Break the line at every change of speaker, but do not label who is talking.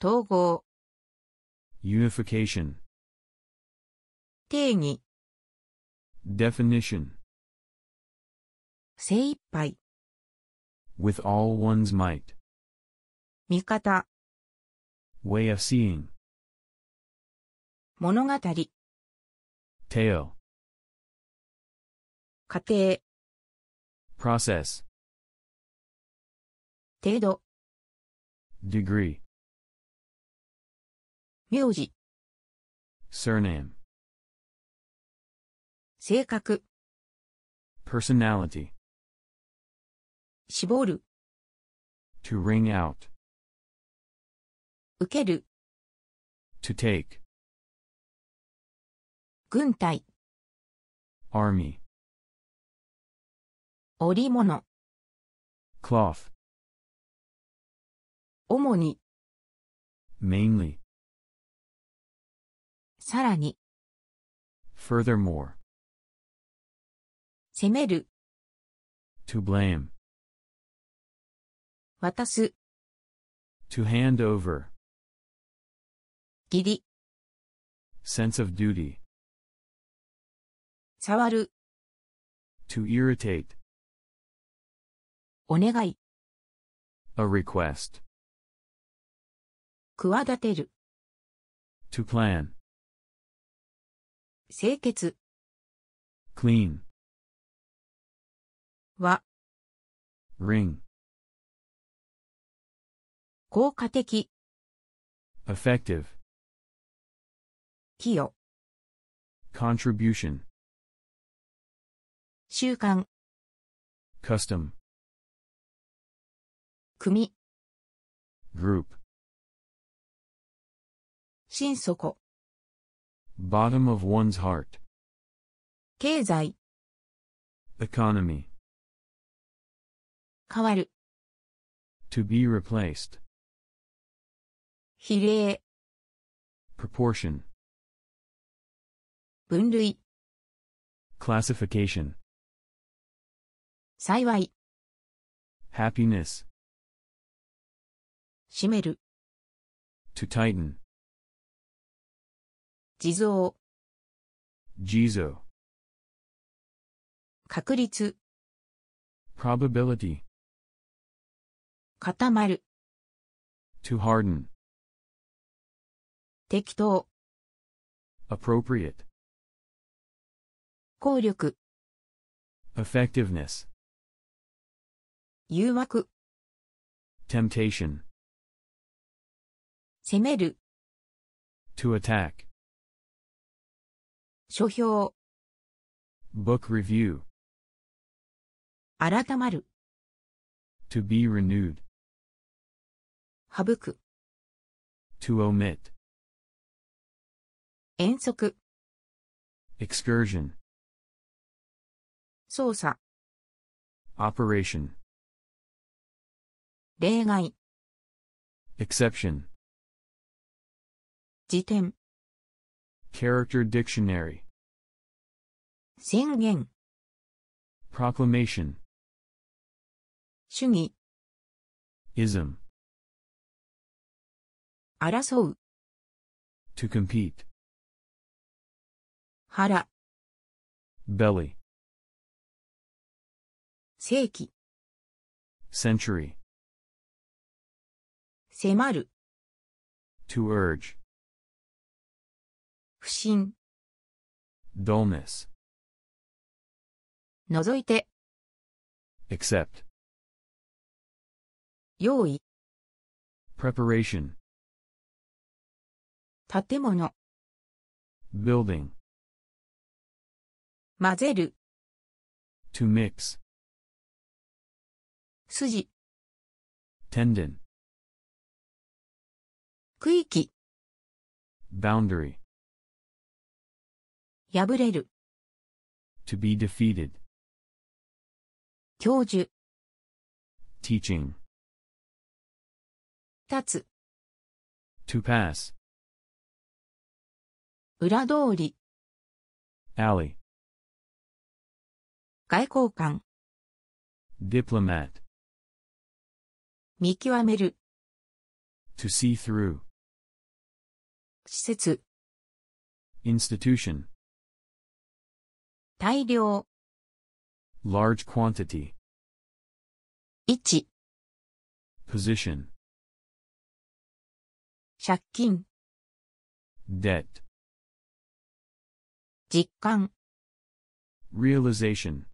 統合、
Unification.
定義、
Definition.
精一杯、
With all one's might.
味方、
Way of seeing.
物語、家
Tale.
庭、
Process.
程度、
Degree.
名字、
Surname.
性格、
Personality.
絞る、
To ring out.
受ける、
To take.
軍隊、
Army.
織物、
Cloth.
主に、
Mainly.
さらに、
Furthermore.
攻める、
To blame.
渡す、
To hand over.
義理、
Sense of duty.
触る、
To irritate.
お願い、
A request.
企てる、
To plan.
清潔、
Clean.
は、
Ring.
効果的、
Effective.
寄与、
Contribution.
習慣、
Custom.
組、
Group.
心底、
Bottom of one's heart.
経済、
Economy.
変わる、
To be replaced.
比例、
Proportion.
分類、
Classification.
幸い、
Happiness.
締める、
To tighten.
地蔵、
Jizo.
確率、
Probability.
固まる、
To harden.
適当、
Appropriate.
効力、
Effectiveness.
誘惑、
Temptation.
攻める、
To attack.
書評、
Book review.
改まる、
To be renewed.
省く、
To omit.
遠足、
Excursion.
操作、
Operation.
例外、
Exception.
辞典、
Character Dictionary.
宣言、
Proclamation.
主義、
Ism.
争う、
To compete.
腹、
Belly.
正規、
Century.
迫る、
To urge.
不信、
Dullness.
除いて、
Accept.
用意、
Preparation.
建物、
Building.
混ぜる、
To mix.
筋、
Tendon.
区域、
Boundary.
破れる、
To be defeated.
教授、
Teaching.
立つ、
To pass.
裏通り、
Alley.
外交官、
Diplomat.
見極める、
To see through.
施設、
institution,
大量、
large quantity,
位置、
position,
借金、
debt,
実感、
realization,